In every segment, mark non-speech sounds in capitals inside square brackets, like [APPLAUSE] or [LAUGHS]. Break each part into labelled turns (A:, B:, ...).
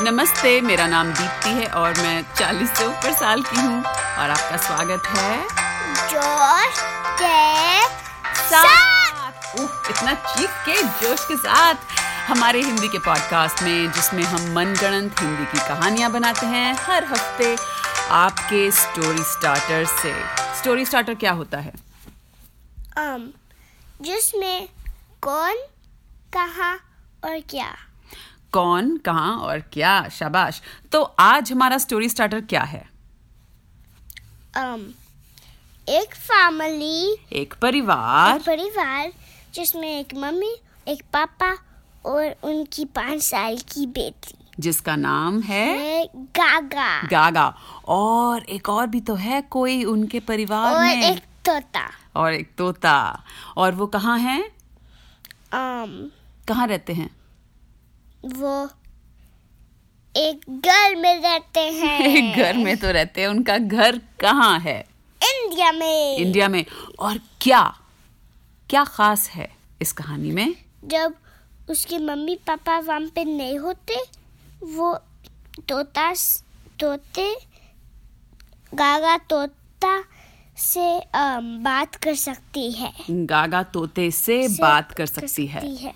A: नमस्ते मेरा नाम दीप्ति है और मैं 40 से ऊपर साल की हूँ और आपका स्वागत है
B: जोश के
A: साथ उफ, इतना चीख के जोश के साथ हमारे हिंदी के पॉडकास्ट में जिसमें हम मनगणंत हिंदी की कहानियां बनाते हैं हर हफ्ते आपके स्टोरी स्टार्टर से स्टोरी स्टार्टर क्या होता है
B: आम जिसमें कौन कहाँ और क्या
A: कौन कहाँ और क्या शाबाश तो आज हमारा स्टोरी स्टार्टर क्या है
B: आम एक फैमिली
A: एक परिवार
B: परिवार जिसमें एक मम्मी एक पापा और उनकी पाँच साल की बेटी
A: जिसका नाम है
B: है गागा
A: गागा और एक और भी तो है कोई उनके परिवार
B: और
A: में
B: एक तोता
A: और एक तोता और वो कहाँ हैं
B: आम
A: कहाँ रहते हैं
B: वो एक घर में रहते
A: [LAUGHS]
B: हैं
A: एक घर में तो रहते हैं उनका घर कहाँ है
B: इंडिया में
A: इंडिया में और क्या क्या खास है इस कहानी में
B: जब उसके मम्मी पापा वहाँ पे नहीं होते वो तोता तोते गागा तोता से अम, बात कर सकती है
A: गागा तोते से,
B: से
A: बात कर सकती है
B: सकती है
A: अम,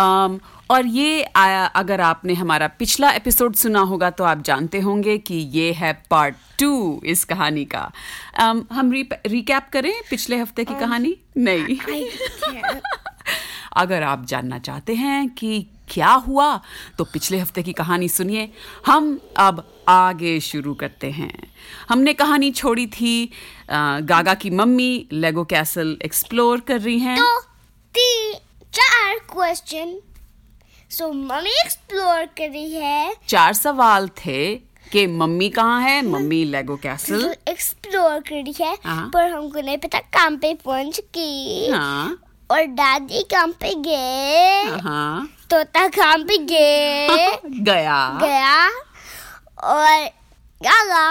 A: Um, और ये आया अगर आपने हमारा पिछला एपिसोड सुना होगा तो आप जानते होंगे कि ये है पार्ट टू इस कहानी का अम, हम री, रिकैप करें पिछले हफ्ते की कहानी नहीं
B: Um, I can't.
A: [LAUGHS] अगर आप जानना चाहते हैं कि क्या हुआ तो पिछले हफ्ते की कहानी सुनिए हम अब आगे शुरू करते हैं हमने कहानी छोड़ी थी अ, गागा की मम्मी लेगो कैसल एक्सप्लोर कर रही हैं
B: तो तीन चार क्वेश्चन सो मम्मी एक्सप्लोर कर रही है
A: चार सवाल थे कि मम्मी कहाँ है मम्मी लेगो
B: जो
A: कैसल
B: एक्सप्लोर कर रही है
A: हाँ।
B: पर हमको नहीं पता काम पे पहुंच गई
A: हाँ
B: और दादी काम पे गए
A: हाँ
B: तोता काम पे गए
A: गया
B: गया और गागा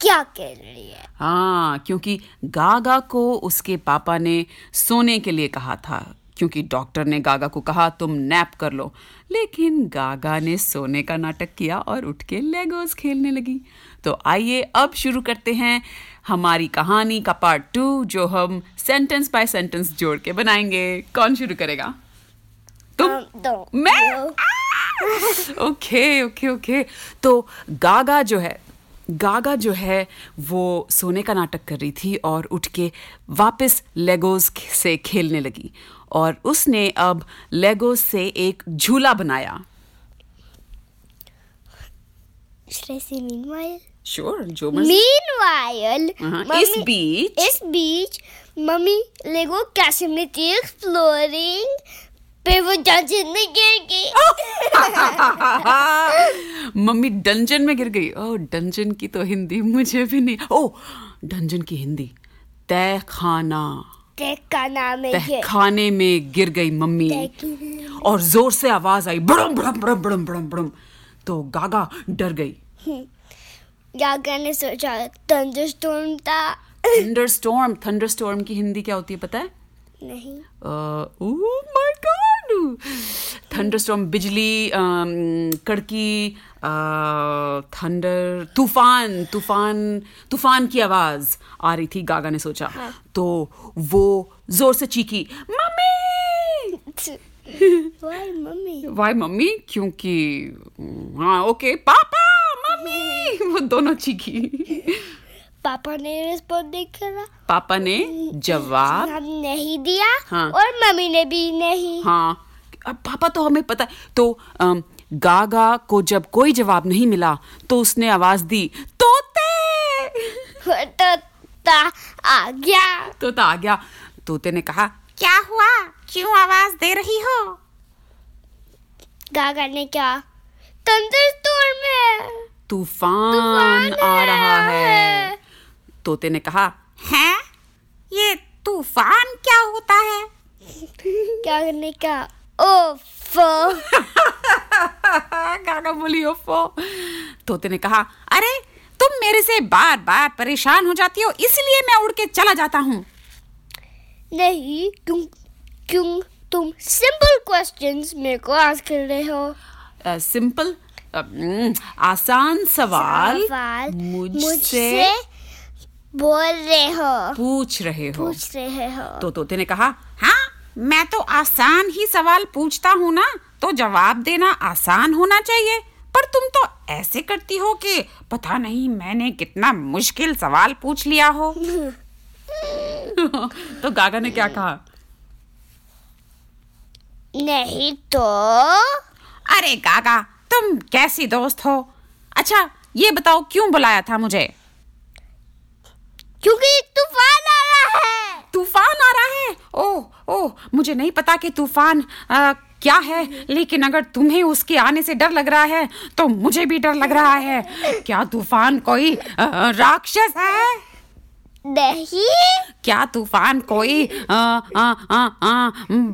B: क्या कह रही है
A: हाँ क्योंकि गागा को उसके पापा ने सोने के लिए कहा था क्योंकि डॉक्टर ने गागा को कहा तुम नैप कर लो लेकिन गागा ने सोने का नाटक किया और उठ के लेगोस खेलने लगी तो आइए अब शुरू करते हैं हमारी कहानी का पार्ट टू जो हम सेंटेंस बाय सेंटेंस जोड़ के बनाएंगे कौन शुरू करेगा तुम
B: हम Um, दो
A: तो मैं [LAUGHS] Ah!
B: दो।
A: ओके ओके ओके तो गागा जो है गागा जो है वो सोने का नाटक कर रही थी और उठ के वापस लेगोस से खेलने लगी और उसने अब लेगोस से एक झूला बनाया
B: Should I say meanwhile?
A: Sure जो मर्जी
B: Meanwhile,
A: हाँ, इस
B: मम्मी-
A: बीच
B: इस बीच मम्मी लेगो कैसे में थी एक्सप्लोरिंग पे वो जंजीर में गिर गई
A: मम्मी डंजन में गिर गई ओ डंजन की तो हिंदी मुझे भी नहीं ओ डंजन की हिंदी तय खाना
B: टेक का नाम है ये
A: तहखाने में गिर गई मम्मी
B: तहखाने
A: और जोर से आवाज आई बड़म बड़म बड़म बड़म बड़म बड़म तो गागा डर गई
B: गागा ने सोचा थंडरस्टॉर्म था
A: थंडर स्टॉर्म थंडर स्टॉर्म की हिंदी क्या होती है पता है oh
B: नहीं
A: माय गॉड थंडर स्टॉर्म बिजली अम, कड़की थंडर तूफान तूफान तूफान की आवाज आ रही थी गागा ने सोचा तो वो जोर से चीखी मम्मी
B: वाई मम्मी
A: वाई मम्मी क्योंकि हाँ ओके पापा मम्मी वो दोनों चीखी
B: पापा ने रिस्पॉन्स नहीं करा
A: पापा ने जवाब
B: हम नहीं दिया
A: हाँ।
B: और मम्मी ने भी नहीं
A: हाँ अब पापा तो हमें पता है तो अम, गागा को जब कोई जवाब नहीं मिला तो उसने आवाज दी तोते
B: और तोता आ गया
A: तोता आ गया तोते ने कहा क्या हुआ क्यों आवाज दे रही हो
B: गागा ने क्या थंडरस्टॉर्म है
A: तूफान आ रहा है तोते ने कहा है ये तूफान क्या होता है
B: गागा ने कहा ओफ
A: गागा बोली ओफो तोते ने कहा अरे तुम मेरे से बार बार परेशान हो जाती हो इसलिए मैं उड़ के चला जाता हूँ
B: नहीं क्यों क्यों तुम सिंपल क्वेश्चंस मेरे को आस्क कर रहे हो
A: सिंपल अम, आसान सवाल
B: सवाल
A: मुझसे
B: बोल रहे हो
A: पूछ रहे हो
B: पूछ रहे हो
A: तो तोते ने कहा हाँ मैं तो आसान ही सवाल पूछता हूँ ना तो जवाब देना आसान होना चाहिए पर तुम तो ऐसे करती हो कि पता नहीं मैंने कितना मुश्किल सवाल पूछ लिया हो [LAUGHS] तो गागा ने क्या कहा
B: नहीं तो
A: अरे गागा तुम कैसी दोस्त हो अच्छा ये बताओ क्यों बुलाया था मुझे
B: क्योंकि एक तूफान आ रहा है
A: तूफान आ रहा है ओह ओह मुझे नहीं पता कि तूफान आ, क्या है लेकिन अगर तुम्हें उसके आने से डर लग रहा है तो मुझे भी डर लग रहा है क्या तूफान कोई आ, राक्षस है
B: नहीं
A: क्या तूफान कोई आ, आ, आ, आ,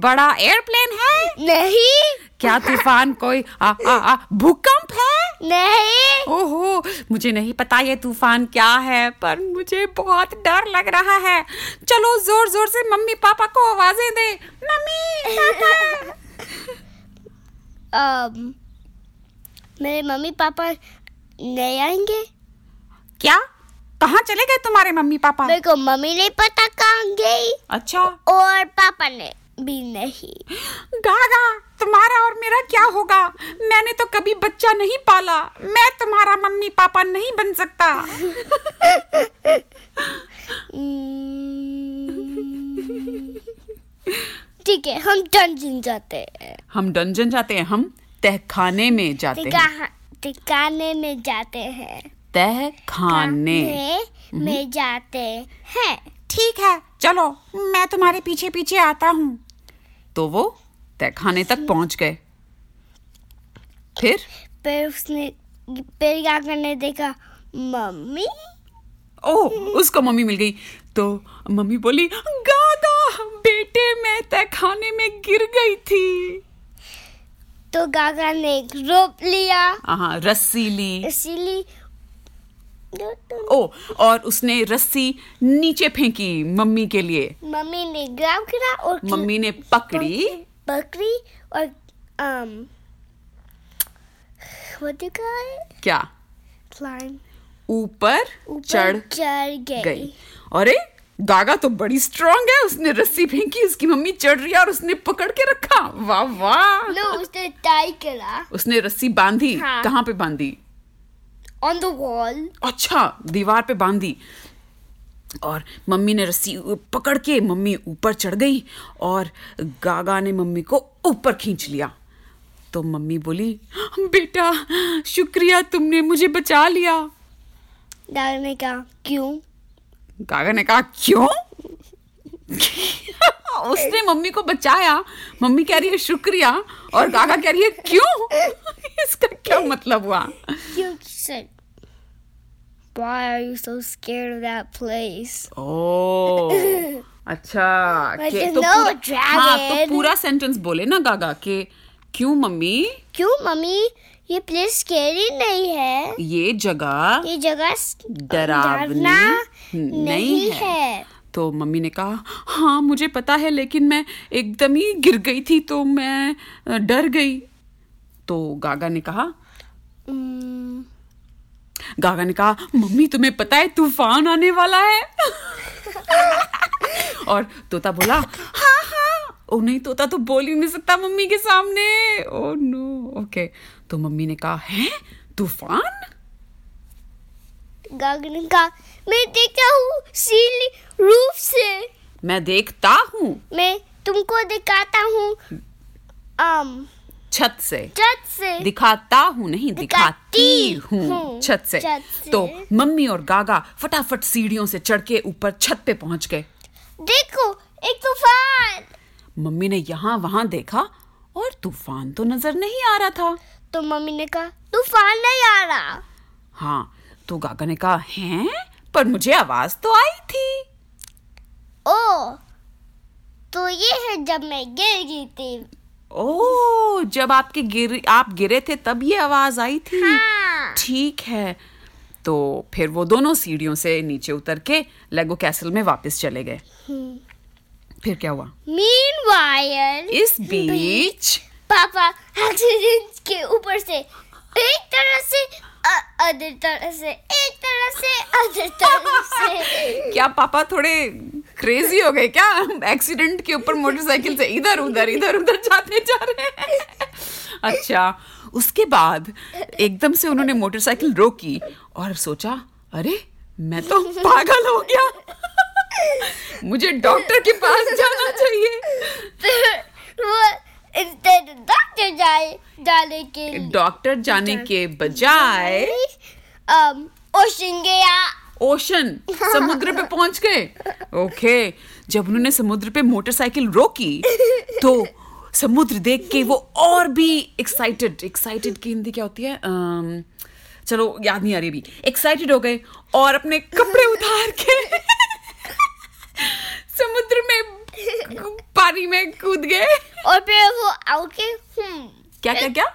A: बड़ा एयरप्लेन है
B: नहीं
A: क्या तूफान कोई आ, आ, आ, भूकंप है
B: नहीं
A: ओहो मुझे नहीं पता ये तूफान क्या है पर मुझे बहुत डर लग रहा है चलो जोर जोर से मम्मी पापा को आवाजें दे मम्मी पापा
B: um, मेरे मम्मी पापा नहीं आएंगे
A: क्या कहाँ चले गए तुम्हारे मम्मी पापा
B: मेरे को मम्मी नहीं पता कहाँ गई
A: अच्छा
B: और पापा ने भी
A: [LAUGHS]
B: नहीं
A: गागा तुम्हारा और मेरा क्या होगा मैंने तो कभी बच्चा नहीं पाला मैं तुम्हारा मम्मी पापा नहीं बन सकता
B: Hmm. ठीक है हम डंजन जाते हैं
A: हम डंजन जाते हैं हम तहखाने में जाते हैं
B: ठिका- ठिकाने में जाते हैं
A: तहखाने
B: खाने
A: हम्म।
B: में जाते हैं
A: ठीक है चलो मैं तुम्हारे पीछे पीछे आता हूँ तो वो तहखाने तक पहुंच गए फिर
B: फिर उसने फिर क्या करने देखा मम्मी
A: ओ उसको मम्मी मिल गई तो मम्मी बोली गागा बेटे मैं तहखाने में गिर गई थी
B: तो गागा ने एक रोप लिया
A: हाँ रस्सी ली
B: इसीलिए दो- दो-
A: ओ और उसने रस्सी नीचे फेंकी मम्मी के लिए
B: मम्मी ने ग्राब करा और
A: मम्मी ने पकड़ी
B: बकरी और um what do you call it
A: क्या
B: climb
A: ऊपर
B: ऊपर
A: चढ़
B: चढ़ गई,
A: गई अरे गागा तो बड़ी स्ट्रांग है उसने रस्सी फेंकी उसकी मम्मी चढ़ रही है और उसने पकड़ के रखा वाह वाह
B: नो उसने टाई करा
A: उसने रस्सी बांधी
B: हाँ।
A: कहाँ पे बांधी
B: ऑन द वॉल
A: अच्छा दीवार पे बांधी और मम्मी ने रस्सी उ- पकड़ के मम्मी ऊपर चढ़ गई और गागा ने मम्मी को ऊपर खींच लिया तो मम्मी बोली "हाँ, बेटा शुक्रिया तुमने मुझे बचा लिया
B: दादा ने कहा क्यों
A: गागा ने कहा क्यों [LAUGHS] उसने मम्मी को बचाया मम्मी कह रही है शुक्रिया और गागा कह रही है क्यों [LAUGHS] इसका क्या मतलब हुआ
B: क्यों said Why are you so scared of that place?
A: ओ अच्छा
B: But
A: कि-
B: there's
A: तो
B: no
A: पूरा- हाँ तो
B: dragon.
A: पूरा सेंटेंस बोले ना गागा के क्यों मम्मी
B: क्यों मम्मी ये प्लेस स्केरी नहीं है
A: ये जगह
B: ये जगह स-
A: डरावनी
B: डरना
A: नहीं
B: नहीं
A: है।
B: है
A: तो मम्मी ने कहा हाँ मुझे पता है लेकिन मैं एकदम ही गिर गई थी तो मैं अ, डर गई तो गागा ने कहा
B: Hmm.
A: गागा ने कहा मम्मी तुम्हें पता है तूफान आने वाला
B: [LAUGHS]
A: है और तोता बोला हाँ हाँ ओ नहीं तोता तो बोल ही नहीं सकता मम्मी के सामने ओ नो ओके तो मम्मी ने कहा है तूफान
B: गागन का मैं देखता हूँ सीली रूफ से
A: मैं देखता हूँ
B: मैं तुमको दिखाता हूँ um,
A: छत से
B: छत से
A: दिखाता हूँ नहीं दिखाती
B: दिखाती
A: हूँ
B: हूँ।
A: छत से
B: छत से।
A: तो मम्मी और गागा फटाफट सीढ़ियों से चढ़ के ऊपर छत पे पहुंच गए
B: देखो एक तूफान
A: मम्मी ने यहाँ वहाँ देखा और तूफान तो नजर नहीं आ रहा था
B: तो मम्मी ने कहा तूफान नहीं आ रहा
A: हाँ तो गागा ने कहा हैं पर मुझे आवाज तो आई थी
B: ओ तो ये है जब मैं गिर गई थी
A: ओ जब आपके गिर आप गिरे थे तब ये आवाज आई थी
B: हाँ
A: ठीक है तो फिर वो दोनों सीढ़ियों से नीचे उतर के लेगो कैसल में वापस चले गए फिर क्या हुआ
B: मीन वायर
A: हम्म। इस बीच
B: पापा एक्सीडेंट के ऊपर से एक तरह से अ- अदर तरह से एक तरह से अदर तरह
A: [LAUGHS]
B: से
A: क्या पापा थोड़े क्रेजी हो गए क्या एक्सीडेंट के ऊपर मोटरसाइकिल से इधर उधर इधर उधर जाते जा रहे हैं अच्छा उसके बाद एकदम से उन्होंने मोटरसाइकिल रोकी और सोचा अरे मैं तो पागल हो गया मुझे डॉक्टर के पास जाना चाहिए
B: फिर वो इंस्टेड डॉक्टर जाए जाने के
A: डॉक्टर जाने के बजाय
B: लिए um, ओशन गया
A: ओशन समुद्र पे पहुंच गए ओके जब उन्होंने समुद्र पे मोटरसाइकिल रोकी तो समुद्र देख के वो और भी एक्साइटेड एक्साइटेड की हिंदी क्या होती है अम, चलो याद नहीं आ रही अभी एक्साइटेड हो गए और अपने कपड़े उतार के समुद्र में पानी में कूद गए
B: और फिर वो आके हम्म
A: क्या क्या क्या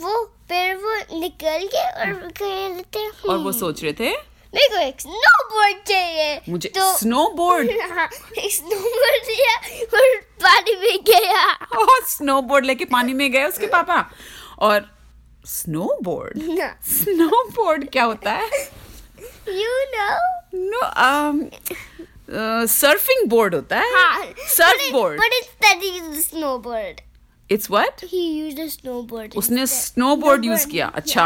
B: वो फिर वो निकल गए और कहते हैं,
A: और वो सोच रहे थे
B: "हम्म, मेरे को एक स्नोबोर्ड चाहिए
A: मुझे
B: तो [LAUGHS]
A: स्नोबोर्ड
B: हाँ, एक स्नोबोर्ड लिया और पानी में गया
A: और स्नोबोर्ड लेके पानी में गए उसके पापा और स्नोबोर्ड
B: ना
A: स्नोबोर्ड क्या होता है um,
B: You know?
A: No surfing board uh, होता
B: हाँ,
A: है surf board
B: But instead he used a snowboard.
A: It's what
B: He used a snowboard.
A: उसने स्नोबोर्ड यूज किया अच्छा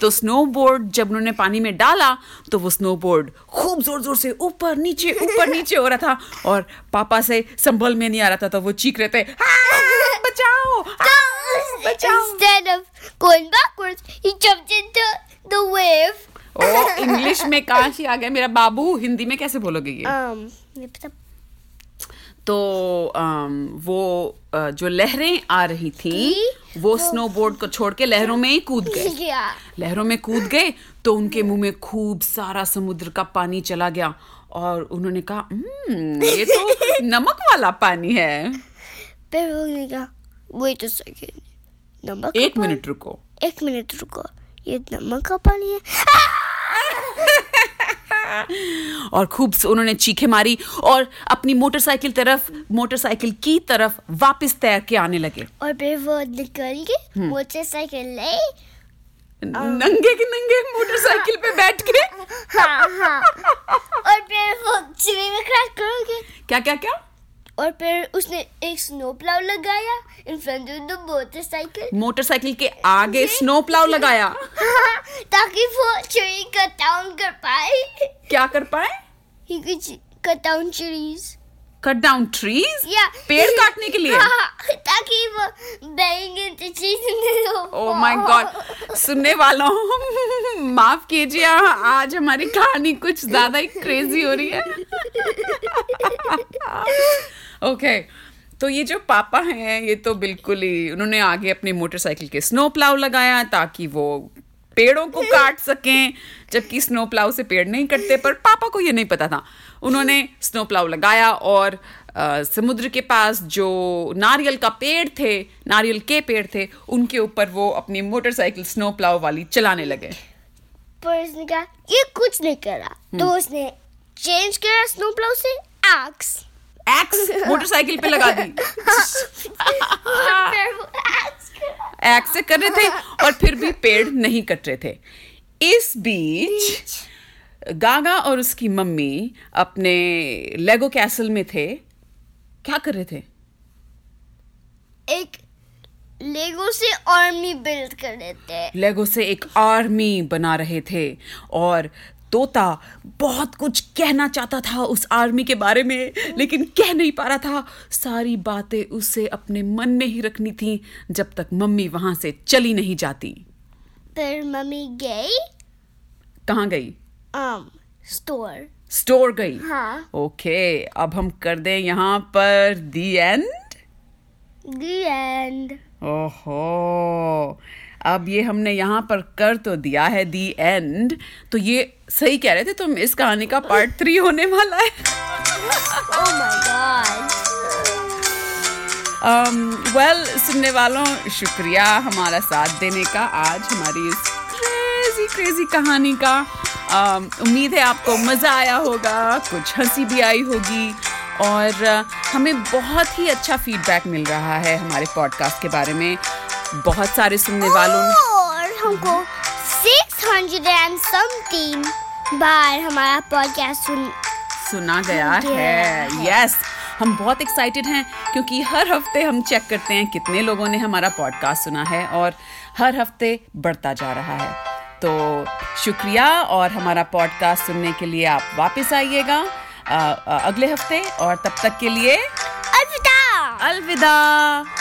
A: तो स्नोबोर्ड जब उन्होंने पानी में डाला तो वो स्नोबोर्ड खूब जोर जोर से ऊपर नीचे ऊपर नीचे हो रहा था और पापा से संभल में नहीं आ रहा था तो वो चीख रहे थे "आ, बचाओ आ, बचाओ
B: Instead of going backwards, he jumped into the wave.
A: O English में काश ही आ गया मेरा बाबू हिंदी में कैसे बोलोगे ये
B: Um, ये पता-
A: तो अम, वो अ, जो लहरें आ रही थी
B: की?
A: वो स्नोबोर्ड को छोड़ के लहरों में ही कूद गए
B: [LAUGHS] yeah.
A: लहरों में कूद गए तो उनके मुंह में खूब सारा समुद्र का पानी चला गया और उन्होंने कहा "हम्म, ये तो नमक वाला पानी है
B: फिर वो ने कहा, wait a second. नमक का
A: एक
B: पानी-
A: मिनट रुको
B: एक मिनट रुको ये नमक का पानी है
A: और खूब से उन्होंने चीखे मारी और अपनी मोटरसाइकिल तरफ मोटरसाइकिल की तरफ वापस तैर के आने लगे
B: और फिर वो निकल गई
A: हम्म।
B: मोटरसाइकिल ले
A: नंगे के नंगे मोटरसाइकिल पे बैठ के
B: हाँ हाँ और फिर वो चिड़ी में क्रैश करोगे
A: क्या क्या क्या
B: और फिर उसने एक स्नो प्लाव लगाया in front of the motorcycle
A: motorcycle के आगे स्नो प्लाव लगाया
B: ताकि वो चिड़ी कट डाउन कर पाए
A: क्या कर पाए
B: ही कुछ कट डाउन चिड़ीज
A: कट डाउन ट्रीज
B: या
A: पेड़ काटने के
B: [LAUGHS]
A: लिए
B: हाँ ताकि वो बैंग into trees नहीं हो
A: ओ माय गॉड Oh सुनने वालों [LAUGHS] माफ कीजिए आज हमारी कहानी कुछ ज्यादा ही क्रेजी हो रही है ओके तो ये जो पापा हैं ये तो बिल्कुल ही उन्होंने आगे अपने मोटरसाइकिल के स्नो प्लाव लगाया ताकि वो पेड़ों को काट सकें जबकि स्नो प्लाव से पेड़ नहीं कटते पर पापा को ये नहीं पता था उन्होंने स्नो प्लाव लगाया और अ, समुद्र के पास जो नारियल का पेड़ थे नारियल के पेड़ थे उनके ऊपर वो अपनी मोटरसाइकिल स्नो प्लाव वाली चलाने लगे
B: पर उसने कहा ये कुछ नहीं करा तो
A: हम्म।
B: उसने चेंज करा स्नो प्लाव से एक्स
A: एक्स मोटरसाइकिल पे लगा दी
B: [LAUGHS] फिर वो axe करा।
A: एक्ट से कर रहे थे और फिर भी पेड़ नहीं कट रहे थे इस बीच गागा और उसकी मम्मी अपने लेगो कैसल में थे क्या कर रहे थे
B: एक लेगो से आर्मी बिल्ड कर देते हैं
A: लेगो से एक आर्मी बना रहे थे और तोता बहुत कुछ कहना चाहता था उस आर्मी के बारे में लेकिन कह नहीं पा रहा था सारी बातें उसे अपने मन में ही रखनी थी जब तक मम्मी वहां से चली नहीं जाती
B: फिर मम्मी गई
A: कहाँ गई
B: um स्टोर
A: स्टोर गई
B: हाँ।
A: ओके अब हम कर दें यहाँ पर दी एंड
B: दी एंड
A: ओहो अब ये हमने यहाँ पर कर तो दिया है दी एंड तो ये सही कह रहे थे तुम इस कहानी का पार्ट थ्री होने वाला है
B: oh my God
A: well Um, well, सुनने वालों शुक्रिया हमारा साथ देने का आज हमारी इस क्रेजी क्रेजी कहानी का um, उम्मीद है आपको मज़ा आया होगा कुछ हंसी भी आई होगी और uh, हमें बहुत ही अच्छा फीडबैक मिल रहा है हमारे पॉडकास्ट के बारे में बहुत सारे सुनने वालों
B: और हमको 600 एंड समथिंग बार हमारा पॉडकास्ट सुन
A: सुना गया है यस हम बहुत एक्साइटेड हैं क्योंकि हर हफ्ते हम चेक करते हैं कितने लोगों ने हमारा पॉडकास्ट सुना है और हर हफ्ते बढ़ता जा रहा है तो शुक्रिया और हमारा पॉडकास्ट सुनने के लिए आप वापस आइएगा अ, अ, अगले हफ्ते और तब तक के लिए
B: अलविदा
A: अलविदा